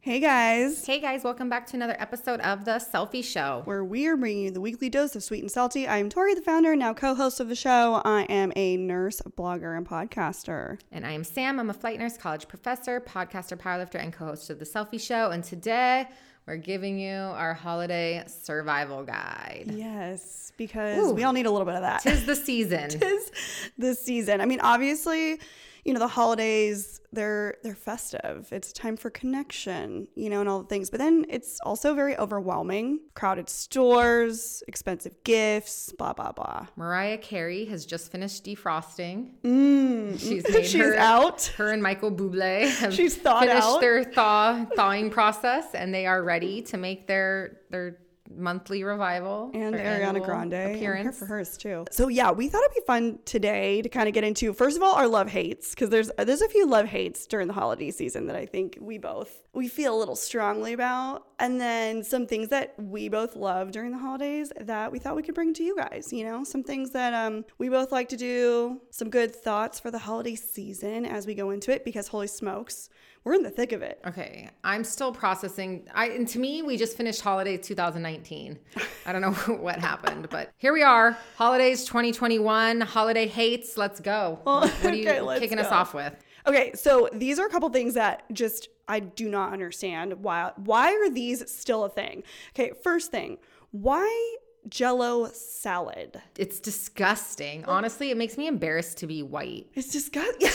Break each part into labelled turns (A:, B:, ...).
A: Hey guys,
B: Hey guys, welcome back to another episode of The Selfie Show.
A: where we are bringing you the weekly dose of sweet and salty. I'm Tori, the founder and now co host of the show. I am a nurse, blogger, and podcaster.
B: And I am Sam. I'm a flight nurse, college professor, podcaster, powerlifter, and co host of The Selfie Show. And today we're giving you our holiday survival guide.
A: Yes, because
B: Ooh.
A: we all need a little bit of that.
B: Tis the season.
A: is this season. I mean, obviously, you know, the holidays, they're they're festive. It's time for connection, you know, and all the things. But then it's also very overwhelming. Crowded stores, expensive gifts, blah blah blah.
B: Mariah Carey has just finished defrosting.
A: Mm.
B: She's made
A: She's
B: her-
A: out.
B: Her and Michael Bublé have
A: She's thawed
B: finished
A: out.
B: their thaw thawing process, and they are ready to make their their monthly revival
A: And
B: their
A: Ariana
B: annual
A: Grande. I'm here
B: appearance.
A: for hers too. So yeah, we thought it'd be fun today to kind of get into first of all our love hates because there's there's a few love hates during the holiday season that I think we both we feel a little strongly about, and then some things that we both love during the holidays that we thought we could bring to you guys. You know, some things that um we both like to do, some good thoughts for the holiday season as we go into it because holy smokes, we're in the thick of it.
B: Okay, I'm still processing. I and to me, we just finished holidays 2019. I don't know what happened, but here we are, holidays 2021, holiday hates. Let's go. what are you
A: okay, let's
B: kicking us
A: go.
B: off with?
A: Okay, so these are a couple things that just I do not understand. Why why are these still a thing? Okay, first thing, why jello salad?
B: It's disgusting. Honestly, it makes me embarrassed to be white.
A: It's disgusting.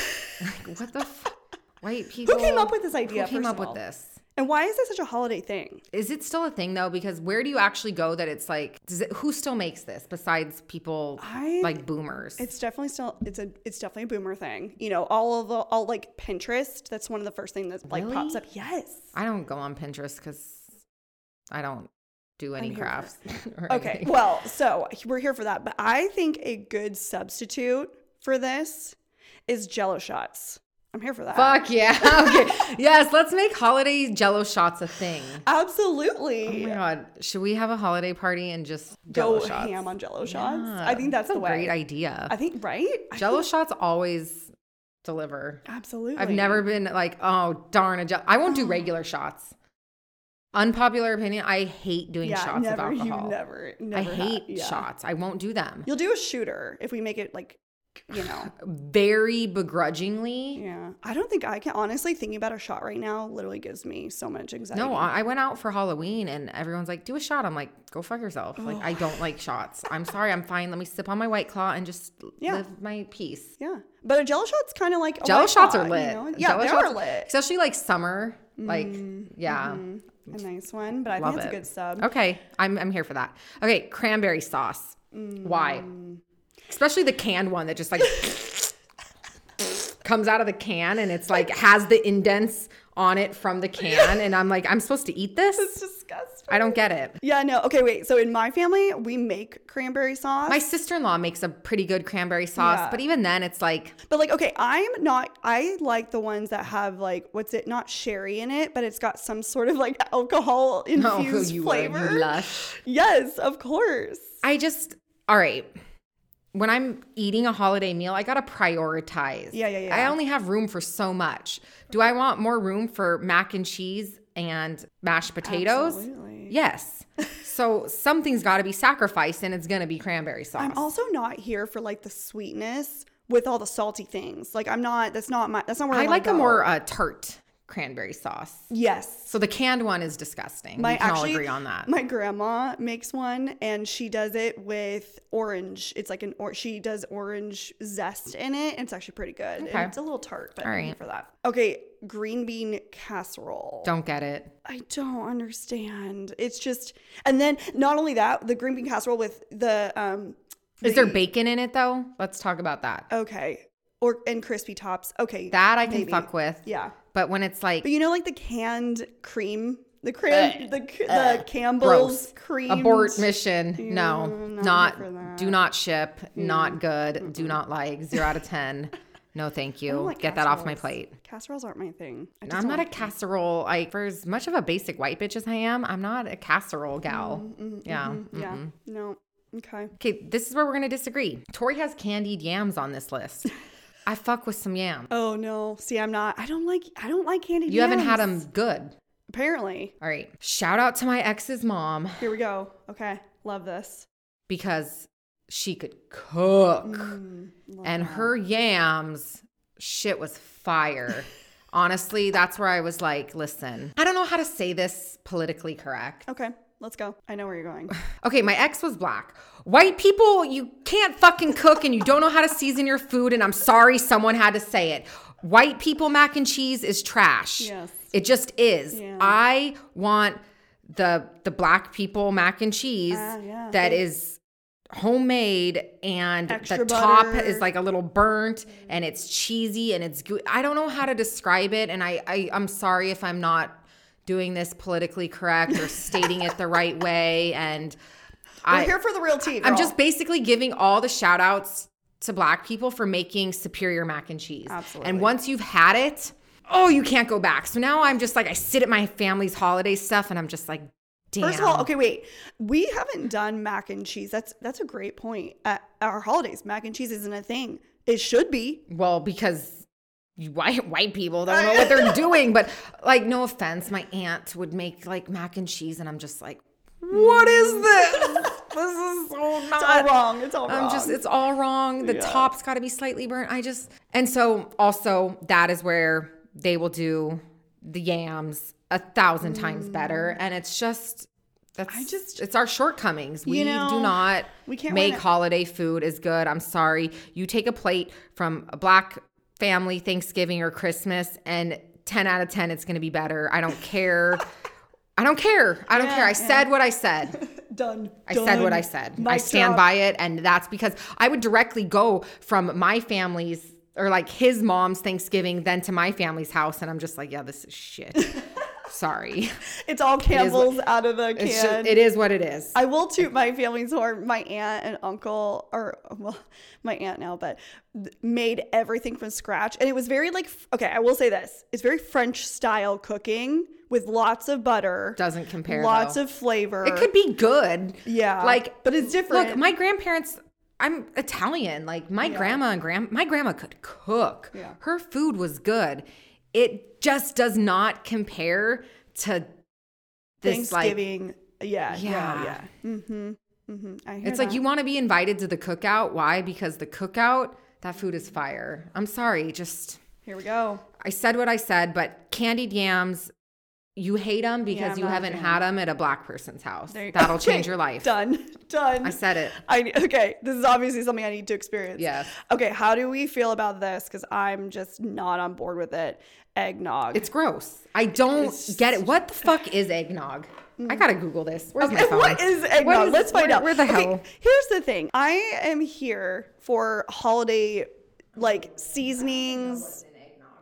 B: Like, what the f- white people?
A: Who came up with this idea?
B: Who came
A: first
B: up
A: of all?
B: with this?
A: And why is this such a holiday thing?
B: Is it still a thing though? Because where do you actually go that it's like, does it, who still makes this besides people
A: I-
B: like boomers?
A: It's definitely still it's a it's definitely a boomer thing. You know, all of the all like Pinterest, that's one of the first thing that like
B: Really?
A: pops up. Yes.
B: I don't go on Pinterest because I don't do any
A: here for
B: crafts. or
A: Okay.
B: anything.
A: Well, so we're here for that, but I think a good substitute for this is jello shots. I'm here for that.
B: Fuck yeah. Okay. yes, let's make holiday jello shots a thing. Oh
A: Absolutely.
B: my god. Should we have a holiday party and just jello
A: Go
B: shots?
A: ham on jello shots.
B: Yeah,
A: I think that's,
B: a
A: the way.
B: great idea.
A: I think right? I
B: jello
A: think-
B: shots always deliver.
A: Absolutely.
B: I've never been like, oh darn a jello. I won't do regular shots. Unpopular opinion, I hate doing
A: yeah,
B: shots
A: never,
B: of alcohol.
A: You never,
B: I
A: never had-
B: hate
A: yeah.
B: shots. I won't do them.
A: You'll do a shooter if we make it like, you know.
B: Very begrudgingly.
A: yeah. I don't think I can honestly thinking about a shot right now literally gives me so much anxiety.
B: No, I I went out for Halloween and everyone's like, do a shot. I'm like, go fuck yourself. Like, I don't like shots. I'm sorry. I'm fine. Let me sip on my white claw and just
A: Yeah.
B: live my peace.
A: yeah. But a jello shot's kind of like a
B: Jello
A: white
B: shots
A: claw,
B: are lit.
A: You know? Yeah,
B: Jello
A: they
B: shots-
A: are lit. Mm-hmm.
B: Especially like summer. Like, yeah.
A: A nice one, but I
B: Love
A: think it's
B: it.
A: a good sub.
B: Okay. I'm, I'm here for that. Okay. Cranberry sauce. Why? Especially the canned one that just like comes out of the can and it's like has the indents on it from the can. And I'm like, I'm supposed to eat
A: It's
B: this?
A: disgusting.
B: I don't get it.
A: Yeah, no. Okay, wait. So in my family, we make cranberry sauce.
B: My sister in law makes a pretty good cranberry sauce,
A: Yeah.
B: but even then, it's like
A: But like, okay, I'm not. I like the ones that have like what's it? Not sherry in it, but it's got some sort of like alcohol
B: no,
A: infused
B: Oh, you were
A: flavor.
B: you lush.
A: yes, of course.
B: I just all right. When I'm eating a holiday meal, I gotta prioritize.
A: Yeah, yeah, yeah.
B: I only have room for so much. Do I want more room for mac and cheese and mashed potatoes?
A: Absolutely.
B: Yes. so something's got to be sacrificed, and it's gonna be cranberry sauce.
A: I'm also not here for like the sweetness with all the salty things. Like, I'm not. That's not my. That's not where I,
B: I
A: wanna
B: like
A: go.
B: a more uh, tart cranberry sauce.
A: Yes.
B: So the canned one is disgusting.
A: My
B: we can
A: actually-
B: all agree on that.
A: My grandma makes one and she does it with orange. It's like an or she does orange zest in it and it's actually pretty good. And
B: Okay.
A: it's a little tart, but
B: All
A: I'm here
B: right.
A: for that. Okay, green bean casserole.
B: Don't get it.
A: I don't understand. It's just and then not only that, the green bean casserole with the um
B: Is there
A: the-
B: bacon in it though? Let's talk about that.
A: Okay. Or and crispy tops. Okay.
B: That I can
A: maybe.
B: fuck with.
A: Yeah.
B: But when it's like
A: But you know like the canned cream, the cream, the c the Campbell's
B: uh, gross.
A: cream
B: abort mission, no,
A: not here for
B: not
A: that.
B: do not ship, not good, do not like, zero out of ten. No, thank you.
A: like
B: Oh, Get that off my
A: Oh casseroles.
B: plate.
A: Casseroles aren't my thing. I
B: I'm not a casserole. I for as much of a basic white bitch as I am, I'm not a casserole
A: Mm-hmm,
B: gal. yeah.
A: don't- yeah. No. Okay.
B: Okay, this is where we're gonna disagree. Tori has candied yams on this list. I fuck with some yam.
A: Oh no. See, I'm not. I don't like. I don't like candy.
B: You haven't had them good.
A: Apparently.
B: All right. Shout out to my ex's mom
A: Here we go. Okay. Love this.
B: because she could cook.
A: Mm, love
B: and
A: that.
B: her yams shit was fire honestly that's where i was like listen i don't know how to say this politically correct
A: Okay, let's go. I know where you're going.
B: okay my ex was black white people you can't fucking cook and you don't know how to season your food and i'm sorry someone had to say it white people mac and cheese is trash
A: Yes.
B: it just is
A: Yeah.
B: i want the the black people mac and cheese
A: Ah, yeah.
B: that is homemade and the
A: Extra
B: top
A: butter.
B: is like a little burnt and it's cheesy and it's good. I don't know how to describe it and I, I I'm sorry if I'm not doing this politically correct or stating it the right way and
A: We're
B: I
A: here for the real tea.
B: I'm
A: girl.
B: just basically giving all the shout outs to black people for making superior mac and cheese.
A: Absolutely.
B: And once you've had it, oh, you can't go back. So now I'm just like I sit at my family's holiday stuff and I'm just like damn.
A: First of all, okay, wait. We haven't done mac and cheese. That's that's a great point. At our holidays, mac and cheese isn't a thing. It should be.
B: Well, because you- white white people don't know what they're doing, but like no offense, my aunt would make like mac and cheese, and I'm just like, what is this? this is so
A: Mm.
B: not.
A: It's all wrong. It's all wrong.
B: I'm just, it's all wrong. The
A: Yeah.
B: top's got to be slightly burnt. I just, and so also that is where they will do the yams a thousand times better, and it's just. That's, I
A: Mm. just-
B: just it's our shortcomings. We
A: know,
B: do not
A: we can't win
B: make
A: it.
B: holiday food is good. I'm sorry. You take a plate from a black family Thanksgiving or Christmas, and 10 out of 10, it's going to be better. I don't care. I don't care. I don't
A: Yeah,
B: care. I
A: yeah.
B: said what I said.
A: done.
B: I said what
A: done.
B: I said. I
A: Mic
B: stand
A: drop.
B: by it. And that's because I would directly go from my family's or like his mom's Thanksgiving then to my family's house. And I'm just like, yeah, this is shit. Sorry.
A: It's all Campbell's out of the can.
B: It's just, it is what it is.
A: I will toot my family's horn. My aunt and uncle, or well, my aunt now, but th- made everything from scratch, and it was very like. f- Okay, I will say this: it's very French style cooking with lots of butter,
B: Doesn't compare.
A: lots
B: though.
A: of flavor.
B: It could be good.
A: Yeah.
B: Like,
A: But it's different.
B: Look, my grandparents. I'm Italian. Like my grandma and grand, my grandma could cook.
A: Yeah.
B: Her food was good. It just does not compare to this. Like,
A: Thanksgiving. yeah, yeah,
B: Yeah.
A: yeah. Mm-hmm. Mm-hmm. I hear
B: it's like you want to be invited to the cookout. Why? Because the cookout, that food is fire. I'm sorry. Just
A: Here we go.
B: I said what I said, but candied yams. You hate them because
A: I'm
B: you
A: not a
B: haven't
A: fan.
B: had them at a black person's house.
A: There you-
B: That'll
A: Okay,
B: change your life.
A: Done. Done.
B: I said it.
A: I ne- okay. This is obviously something I need to experience.
B: Yes.
A: Okay. How do we feel about this? Because I'm just not on board with it. Eggnog.
B: It's gross. I don't
A: It's- Mm.
B: get it. What the fuck is eggnog? I gotta Google this. Where's my phone?
A: what is eggnog?
B: What is-
A: Let's find
B: where-
A: out.
B: Where the
A: Okay,
B: hell?
A: here's the thing. I am here for holiday like seasonings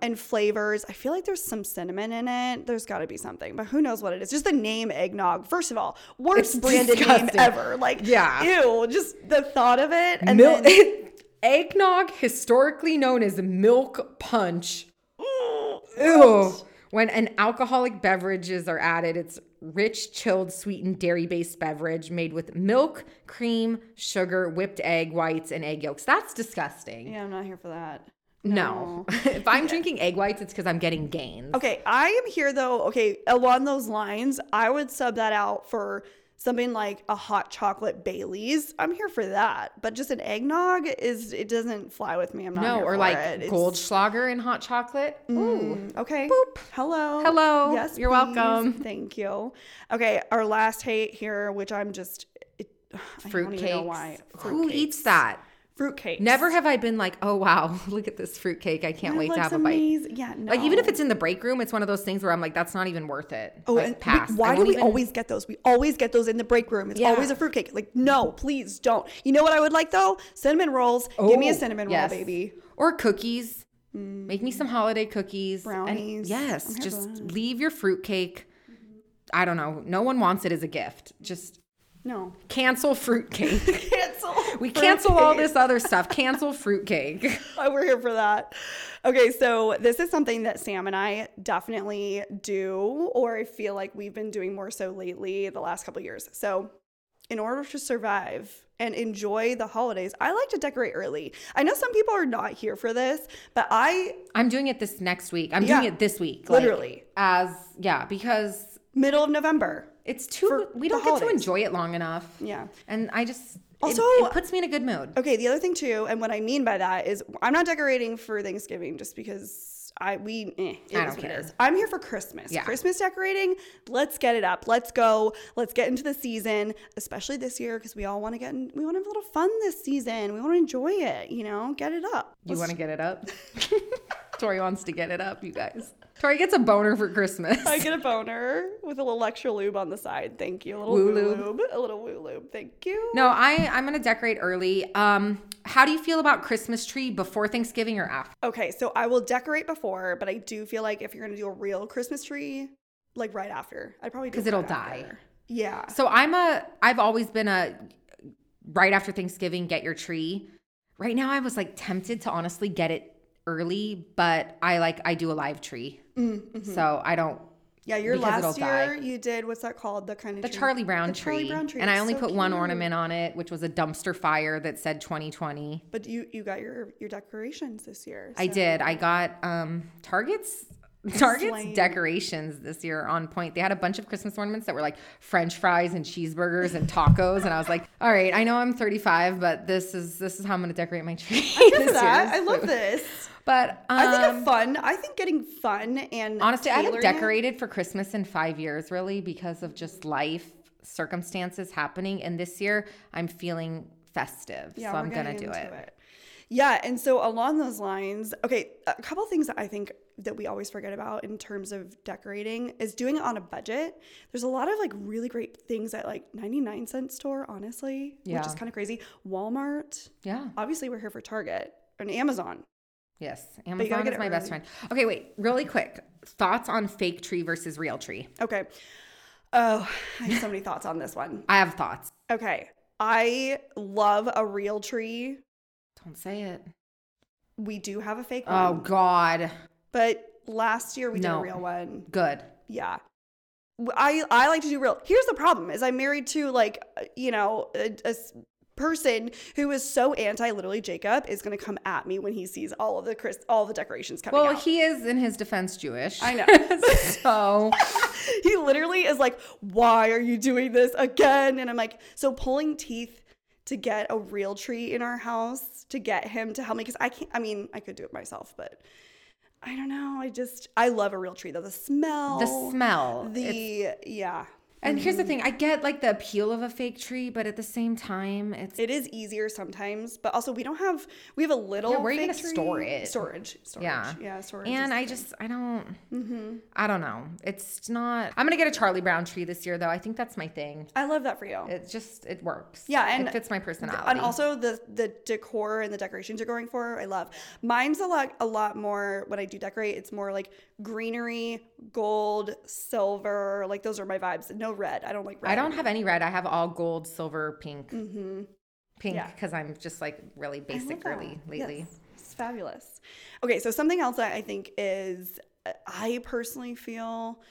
A: and flavors. I feel like there's some cinnamon in it. There's got to be something, but who knows what it is? Just the name eggnog. First of all, worst
B: It's
A: branded
B: disgusting.
A: name ever. Like,
B: Yeah.
A: ew. Just the thought of it. And
B: Mil-
A: then,
B: eggnog, historically known as milk punch.
A: Ooh,
B: Ew. When an alcoholic beverages are added, it's rich, chilled, sweetened, dairy-based beverage made with milk, cream, sugar, whipped egg whites, and egg yolks. That's disgusting.
A: yeah, I'm not here for that.
B: No. if I'm drinking egg whites, it's because I'm getting gains.
A: Okay, I am here though. Okay, along those lines, I would sub that out for something like a hot chocolate Bailey's. I'm here for that, but just an eggnog is it doesn't fly with me. I'm not
B: No,
A: here
B: or
A: for
B: like
A: it. It's- Mm.
B: Goldschlager in hot chocolate. Ooh.
A: Okay. Boop. Hello.
B: Hello.
A: Yes.
B: You're
A: please.
B: welcome.
A: Thank you. Okay, our last hate here, which I'm just it, I don't even know
B: Fruitcakes.
A: why.
B: Who
A: Fruitcakes.
B: eats that?
A: fruitcakes?
B: Never have I been like, oh wow, look at this fruitcake. I can't
A: That
B: wait to
A: looks
B: have a bite.
A: amazing. Yeah. No.
B: Like even if it's in the break room, it's one of those things where I'm like, that's not even worth it.
A: Oh,
B: like,
A: and we-
B: pass. I
A: why do
B: won't
A: we
B: even-
A: always get those? We always get those in the break room. It's
B: Yeah.
A: always a fruitcake. Like, no, please don't. You know what I would like though? Cinnamon rolls. Give me a
B: Oh,
A: cinnamon
B: yes.
A: roll, baby. Mm-hmm.
B: or cookies? Make me some holiday cookies. and-
A: Brownies. I'm
B: yes,
A: here for
B: just leave your fruitcake. I don't know. No one wants it as a gift. Just
A: No.
B: cancel fruitcake.
A: Cancel.
B: we cancel all
A: fruitcake.
B: this other stuff. Cancel fruitcake.
A: Oh, We're here for that. Okay, so this is something that Sam and I definitely do, or I feel like we've been doing more so lately the last couple of years. So, in order to survive and enjoy the holidays, I like to decorate early. I know some people are not here for this, but I
B: I'm doing it this next week. I'm
A: Yeah.
B: doing it this week.
A: Literally.
B: As yeah, because
A: middle of November.
B: It's too,
A: For
B: we
A: the
B: don't get to
A: holidays.
B: enjoy it long enough.
A: Yeah.
B: And I just, it-
A: Also-
B: it, puts me in a good mood.
A: Okay, the other thing too, and what I mean by that is I'm not decorating for Thanksgiving just because I we eh, it
B: I
A: is
B: don't
A: what it
B: care.
A: is. I'm here for Christmas.
B: Yeah.
A: Christmas decorating, let's get it up. Let's go. Let's get into the season, especially this year because we all want to get in, we want to have a little fun this season. We want to enjoy it, you know? Get it up.
B: You want to get it up? Tori wants to get it up, you guys. Tori gets a boner for Christmas.
A: I get a boner with a little extra lube on the side. Thank you. A little
B: Woo
A: woo
B: lube.
A: lube. A little woo lube. Thank you.
B: No, I I'm gonna decorate early. Um, how do you feel about Christmas tree before Thanksgiving or after?
A: Okay, so I will decorate before, but I do feel like if you're gonna do a real Christmas tree, like right after, I'd probably do it
B: 'Cause it'll
A: right after.
B: die.
A: Yeah,
B: So I'm a I've always been a right after Thanksgiving get your tree. Right now I was like tempted to honestly get it early, but I like I do a live tree,
A: Mm-hmm.
B: so I don't
A: yeah. Your
B: Because
A: last
B: it'll
A: year,
B: die.
A: you did what's that called? The kind of
B: the Charlie Brown
A: the
B: tree.
A: Charlie Brown tree.
B: and I
A: It's
B: only
A: so
B: put one
A: cute.
B: ornament on it, which was a dumpster fire that said 2020.
A: But you you got your your decorations this year.
B: I
A: so-
B: did. I got um Target's Target's
A: Slain.
B: decorations this year on point. They had a bunch of Christmas ornaments that were like French fries and cheeseburgers and tacos, and I was like, "All right, I know I'm 35, but this is this is how I'm going to decorate my tree."
A: Good for
B: this
A: that.
B: year."
A: I love this.
B: But um,
A: I think of fun. I think getting fun and
B: honestly, I haven't
A: tailoring it-
B: decorated for Christmas in five years, really, because of just life circumstances happening. And this year, I'm feeling festive, so
A: we're
B: I'm gonna
A: getting
B: do
A: into
B: it.
A: Yeah, and so along those lines, okay, a couple things that I think that we always forget about in terms of decorating is doing it on a budget. There's a lot of like really great things at like 99 cent store, honestly, which
B: Yeah.
A: is kind of crazy. Walmart.
B: Yeah.
A: Obviously, we're here for Target and Amazon.
B: Yes,
A: you gotta
B: Amazon
A: get
B: is
A: it
B: my best
A: early.
B: friend. Okay, wait, really quick. Thoughts on fake tree versus real tree?
A: Okay. Oh, I have so many thoughts on this one.
B: I have thoughts.
A: Okay. I love a real tree.
B: Don't say it.
A: We do have a fake one,
B: Oh God,
A: but last year we did
B: No.
A: a real one.
B: good.
A: yeah W- i i like to do real here's the problem is i'm married to like uh, you know a, a s- person who is so anti literally jacob is going to come at me when he sees all of the chris all the decorations coming
B: Well,
A: out
B: he is in his defense Jewish.
A: I know.
B: so
A: he literally is like why are you doing this again and i'm like so pulling teeth to get a real tree in our house to get him to help me because i can't i mean i could do it myself but i don't know i just i love a real tree though the smell
B: the smell. It's-
A: the yeah
B: and here's the thing: I get like the appeal of a fake tree, but at the same time, it's
A: It is easier sometimes, but also we don't have we have a little.
B: Yeah, where are you
A: fig
B: gonna store
A: tree-
B: it?
A: Storage, storage.
B: Yeah.
A: Yeah, storage.
B: and
A: is-
B: I just I don't I don't know. It's not. I'm gonna get a Charlie Brown tree this year, though. I think that's my thing.
A: I love that for you.
B: It just it works.
A: Yeah, and-
B: it fits my personality.
A: and also the the decor and the decorations you're going for, I love. Mine's a lot a lot more when I do decorate. It's more like greenery, gold, silver. Like those are my vibes. No red. I don't like red.
B: I don't have any red. I have all gold, silver, pink,
A: Mm-hmm.
B: pink
A: Yeah.
B: because I'm just like really
A: I love
B: basic
A: that.
B: early lately.
A: Yes. It's fabulous. Okay, so something else that I think is uh, I personally feel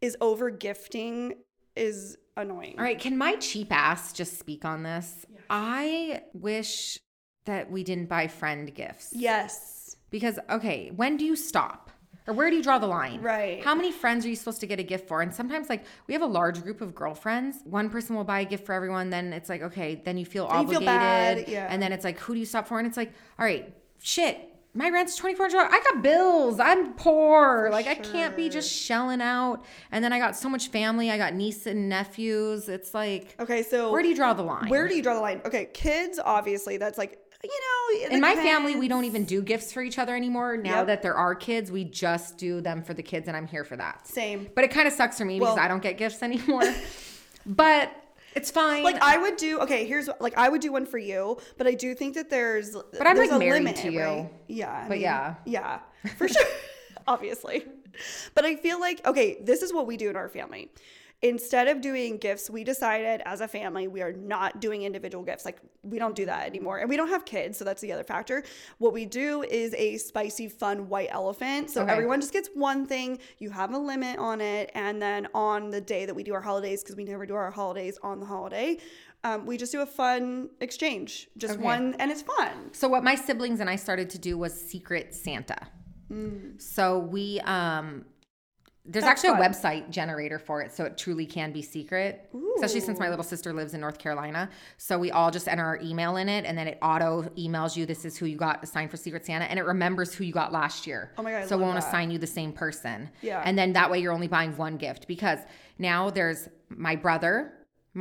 A: is over gifting is annoying.
B: All right, can my cheap ass just speak on this? I wish that we didn't buy friend gifts
A: Yes.
B: because okay, when do you stop? Or where do you draw the line?
A: Right.
B: How many friends are you supposed to get a gift for? And sometimes like we have a large group of girlfriends. One person will buy a gift for everyone, then it's like okay, then you feel
A: Then you
B: obligated.
A: feel bad, yeah.
B: And then it's like who do you stop for? And it's like, all right, shit. My rent's twenty four hundred. I got bills. I'm poor. like I can't be
A: sure.
B: just shelling out. And then I got so much family. I got nieces and nephews. It's like
A: Okay, so
B: where do you draw the line?
A: Uh, where do you draw the line? Okay, kids obviously that's like, you know,
B: in
A: the
B: my family, we
A: kids-
B: don't even do gifts for each other anymore. Now
A: Yep.
B: that there are kids, we just do them for the kids, and I'm here for that.
A: same.
B: But it kind of sucks for me because
A: Well-
B: I don't get gifts anymore. but it's fine.
A: Like I would do okay, here's what- like I would do one for you, but I do think that there's But
B: I'm, like, married to you.
A: Yeah. I
B: But yeah.
A: Yeah. For sure. Obviously. But I feel like okay, this is what we do in our family. Instead of doing gifts, we decided as a family we are not doing individual gifts. Like we don't do that anymore. And we don't have kids, so that's the other factor. What we do is a spicy fun white elephant. So
B: Okay.
A: everyone just gets one thing. You have a limit on it, and then on the day that we do our holidays, because we never do our holidays on the holiday, um, we just do a fun exchange, just
B: Okay.
A: one, and it's fun.
B: so what my siblings and I started to do was Secret Santa. So we um There's
A: Mm. That's
B: actually a
A: fun.
B: website generator for it, so it truly can be secret. Especially since my little sister lives in North Carolina, so we all just enter our email in it, and then it auto emails you. This is who you got assigned for Secret Santa, and it remembers who you got last year.
A: Oh my God, I
B: So it
A: love
B: won't
A: that.
B: assign you the same person.
A: Yeah.
B: And then that way you're only buying one gift because now there's my brother,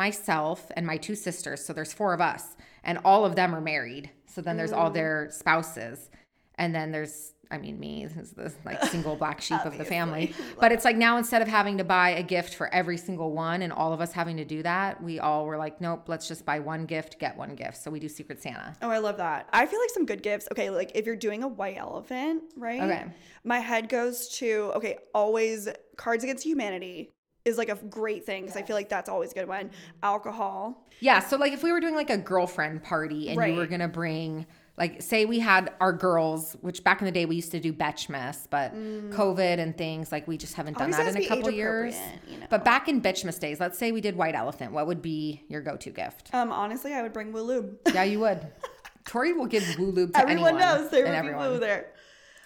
B: myself, and my two sisters. So there's four of us, and all of them are married. So then there's all their spouses, and then there's I mean me, this is the like single black sheep of the family. But it's like now instead of having to buy a gift for every single one, and all of us having to do that, we all were like, nope, let's just buy one gift, get one gift. So we do Secret Santa.
A: Oh, I love that. I feel like some good gifts. Okay, like if you're doing a white elephant, right?
B: Okay.
A: My head goes to, okay, always Cards Against Humanity is like a great thing because I feel like that's always a good one. Alcohol.
B: Yeah. So like if we were doing like a girlfriend party and you were
A: Right.
B: gonna bring like say we had our girls, which back in the day we used to do Betchmas, but COVID and things like we just haven't done
A: Mm. Always has
B: that in
A: to
B: a
A: be
B: couple years.
A: age-appropriate, you know.
B: But back in Betchmas days, let's say we did White Elephant, what would be your go-to gift?
A: Um, honestly, I would bring Woo Lube.
B: yeah, you would. Tori will give woo lube to
A: Everyone
B: anyone
A: knows there
B: and
A: would
B: everyone.
A: be Woo there.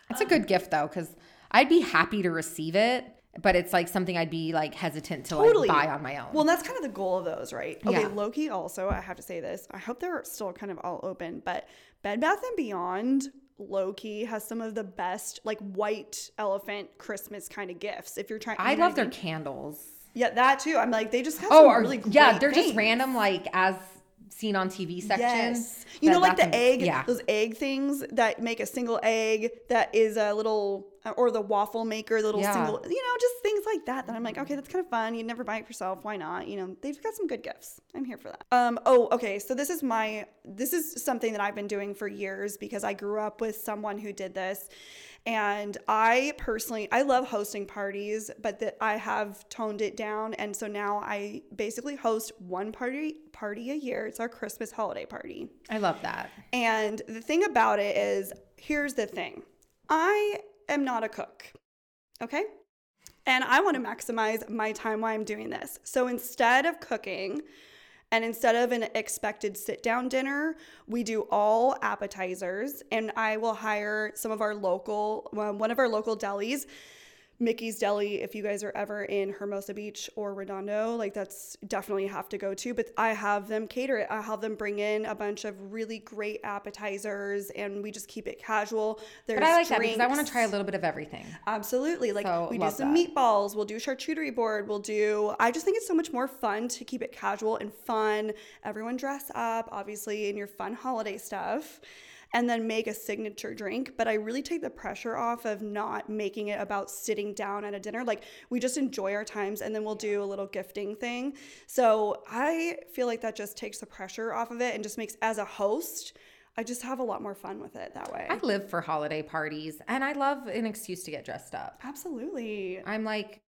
B: It's a good gift though, because I'd be happy to receive it, but it's like something I'd be like hesitant to like
A: Totally.
B: buy on my own.
A: Well, and that's kind of the goal of those, right? Okay,
B: Yeah.
A: Loki also, I have to say this. I hope they're still kind of all open, but Bed Bath and Beyond Loki has some of the best like white elephant Christmas kind of gifts. If you're trying
B: I
A: you know
B: love
A: what
B: their
A: mean?
B: candles.
A: Yeah, that too. I'm like, they just have
B: Oh,
A: some
B: or,
A: really great
B: yeah, they're just
A: things.
B: random, like as seen on TV section.
A: Yes. You know,
B: Bed
A: like
B: Bath
A: the
B: and-
A: egg,
B: Yeah.
A: those egg things that make a single egg that is a little, uh, or the waffle maker, the little
B: Yeah.
A: single, you know, just things like that. That I'm like, okay, that's kind of fun. You'd never buy it yourself. Why not? You know, they've got some good gifts. I'm here for that. Um. Oh, okay. So this is my, this is something that I've been doing for years because I grew up with someone who did this. And I personally, I love hosting parties, but that I have toned it down, and so now I basically host one party party a year. It's our Christmas holiday party.
B: I love that.
A: And the thing about it is, here's the thing I am not a cook, okay? And I want to maximize my time while I'm doing this. So instead of cooking, and instead of an expected sit down dinner, we do all appetizers. And I will hire some of our local, um, one of our local delis, Mickey's Deli, if you guys are ever in Hermosa Beach or Redondo, like that's definitely you have to go to. But I have them cater it. I have them bring in a bunch of really great appetizers and we just keep it casual. There's
B: But I like that because I want to
A: drinks.
B: try a little bit of everything.
A: Absolutely. Like
B: So,
A: we do
B: love
A: some
B: that.
A: meatballs, we'll do charcuterie board, we'll do I just think it's so much more fun to keep it casual and fun. Everyone dress up, obviously, in your fun holiday stuff. And then make a signature drink, but I really take the pressure off of not making it about sitting down at a dinner. Like we just enjoy our times, and then we'll do a little gifting thing. So I feel like that just takes the pressure off of it, and just makes as a host, I just have a lot more fun with it that way.
B: I live for holiday parties, and I love an excuse to get dressed up.
A: Absolutely.
B: I'm like,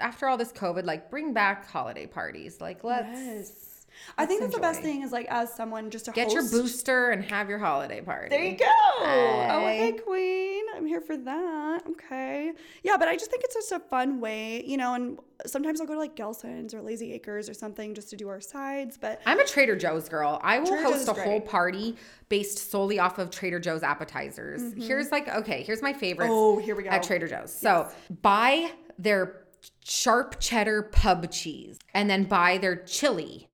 B: after all this COVID, like bring back holiday parties. Like let's
A: Yes. I think that's the best
B: enjoy.
A: thing is like as someone just to
B: get your
A: host-
B: booster and have your holiday party.
A: There you go. Oh, hey, queen. I'm here for that. Okay. Yeah, but I just think it's just a fun way, you know. And sometimes I'll go to like Gelson's or Lazy Acres or something just to do our sides. But
B: I'm a Trader Joe's girl. I will
A: Trader
B: host
A: Joe's
B: a
A: is
B: whole
A: great.
B: party based solely off of Trader Joe's appetizers.
A: Mm-hmm.
B: Here's like, okay, here's my favorites
A: oh, here we go.
B: at Trader Joe's. So buy their sharp cheddar pub cheese and then buy their chili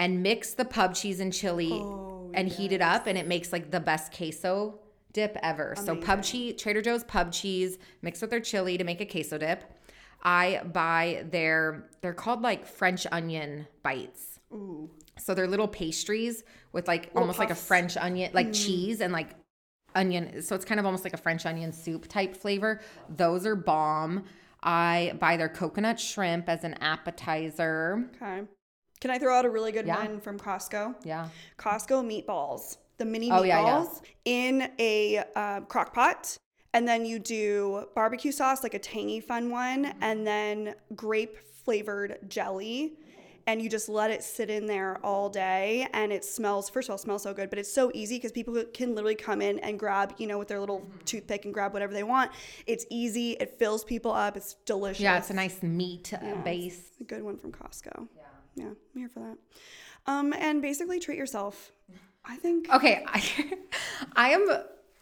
B: and mix the pub cheese and chili
A: Oh,
B: and heat it up and it makes like the best queso dip ever. So pub cheese, Trader Joe's pub cheese mixed with their chili to make a queso dip. I buy their they're called like French onion bites.
A: Ooh.
B: So they're little pastries with like almost like a
A: puffs.
B: French onion, like cheese and like onion. So it's kind of almost like a French onion soup type flavor. Those are bomb. I buy their coconut shrimp as an appetizer.
A: Okay. Can I throw out a really good
B: Yeah.
A: one from Costco?
B: Yeah.
A: Costco meatballs, the mini
B: Oh,
A: meatballs
B: yeah, yeah.
A: in a um, crock pot. And then you do barbecue sauce, like a tangy, fun one,
B: Mm-hmm.
A: and then grape flavored jelly. And you just let it sit in there all day. And it smells, first of all, it smells so good, but it's so easy because people can literally come in and grab, you know, with their little
B: Mm-hmm.
A: toothpick and grab whatever they want. It's easy. It fills people up. It's delicious.
B: Yeah, it's a nice meat uh base.
A: A good one from Costco. Yeah. Yeah. I'm here for that. Um, and basically treat yourself. I think.
B: Okay, I, I am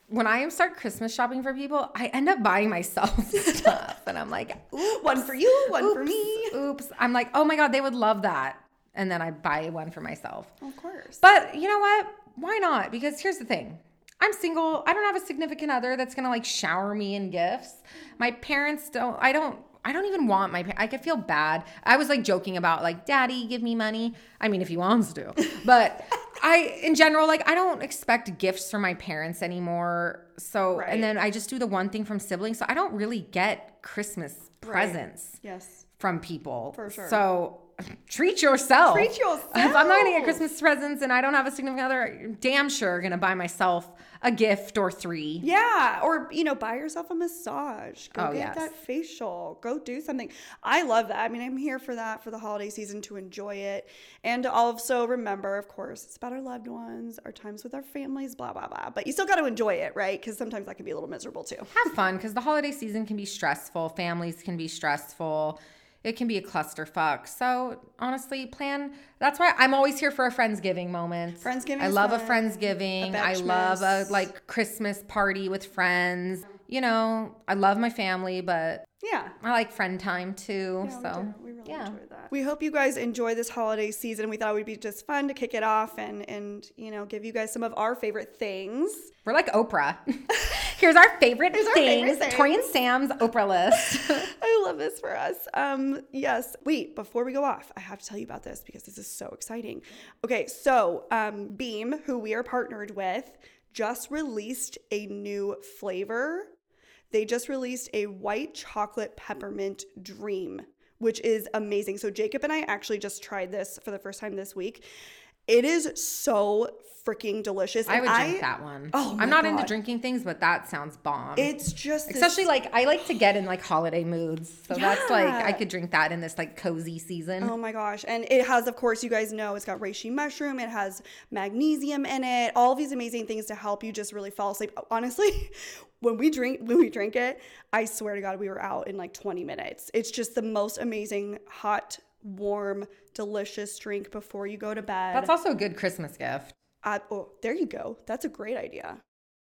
B: when I start Christmas shopping for people, I end up buying myself stuff. and I'm like, oops,
A: One for you, one for
B: oops,
A: me.
B: Oops. I'm like, oh my God, they would love that. And then I buy one for myself.
A: Of course.
B: But you know what? Why not? Because here's the thing. I'm single. I don't have a significant other that's gonna like shower me in gifts. My parents don't. I don't. I don't even want my. pa- I could feel bad. I was like joking about like, Daddy, give me money. I mean, if he wants to. But I, in general, like I don't expect gifts from my parents anymore. So
A: Right.
B: and then I just do the one thing from siblings. So I don't really get Christmas presents
A: yes.
B: from people.
A: For sure.
B: So treat yourself.
A: Treat yourself.
B: If I'm not gonna get Christmas presents and I don't have a significant other, I'm damn sure gonna buy myself a gift or three.
A: Yeah, or you know, buy yourself a massage. Go
B: Oh,
A: get
B: yes.
A: that facial. Go do something. I love that. I mean, I'm here for that for the holiday season to enjoy it and to also remember, of course, it's about our loved ones, our times with our families, blah blah blah. But you still got to enjoy it, right? Because sometimes that can be a little miserable too.
B: Have fun because the holiday season can be stressful. Families can be stressful. It can be a clusterfuck. So honestly, plan. That's why I'm always here for a friendsgiving moment.
A: Friendsgiving
B: I
A: is
B: love a
A: fun.
B: friendsgiving.
A: A
B: I love a
A: Betchmas.
B: like Christmas party with friends. You know, I love my family, but
A: Yeah.
B: I like friend time too.
A: Yeah, we
B: so
A: do. we really
B: yeah.
A: enjoy that. We hope you guys enjoy this holiday season. We thought it would be just fun to kick it off and and you know give you guys some of our favorite things.
B: We're like Oprah. Here's our favorite
A: Here's our
B: things.
A: favorite things.
B: Tori and Sam's Oprah list.
A: I love this for us. Um, yes. Wait, before we go off, I have to tell you about this because this is so exciting. Okay, so um, Beam, who we are partnered with, just released a new flavor. They just released a white chocolate peppermint dream, which is amazing. So Jacob and I actually just tried this for the first time this week. It is so freaking delicious.
B: I
A: and
B: would drink that one.
A: Oh my
B: I'm not into
A: God.
B: drinking things, but that sounds bomb.
A: It's just this-
B: Especially like I like to get in like holiday moods. So that's like I
A: Yeah.
B: could drink that in this like cozy season.
A: Oh my gosh. And it has, of course, you guys know it's got reishi mushroom, it has magnesium in it, all these amazing things to help you just really fall asleep. Honestly, when we drink when we drink it, I swear to God, we were out in like 20 minutes. It's just the most amazing, hot, warm, delicious drink before you go to bed.
B: That's also a good Christmas gift.
A: Uh, oh, there you go. That's a great idea.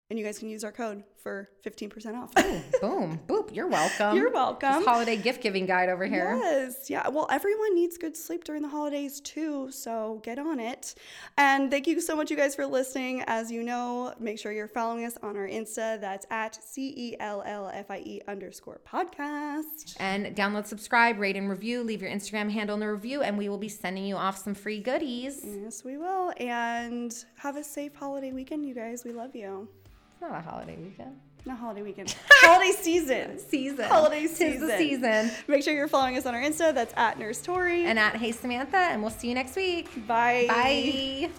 A: And you guys can use our code for 15% off.
B: Boom. Boop. You're welcome.
A: You're welcome.
B: This holiday gift giving guide over here.
A: Yes. Yeah. Well, everyone needs good sleep during the holidays too, so get on it. And thank you so much, you guys, for listening. As you know, make sure you're following us on our Insta. That's at C E L L F I E underscore podcast.
B: And download, subscribe, rate, and review. Leave your Instagram handle in the review, and we will be sending you off some free goodies.
A: Yes, we will. And have a safe holiday weekend, you guys. We love you.
B: It's not a holiday weekend.
A: Not holiday weekend. holiday season.
B: season.
A: Holiday
B: Tis the season.
A: Make sure you're following us on our Insta. That's at Nurse Tori.
B: And at Hey Samantha, and we'll see you next week. Bye.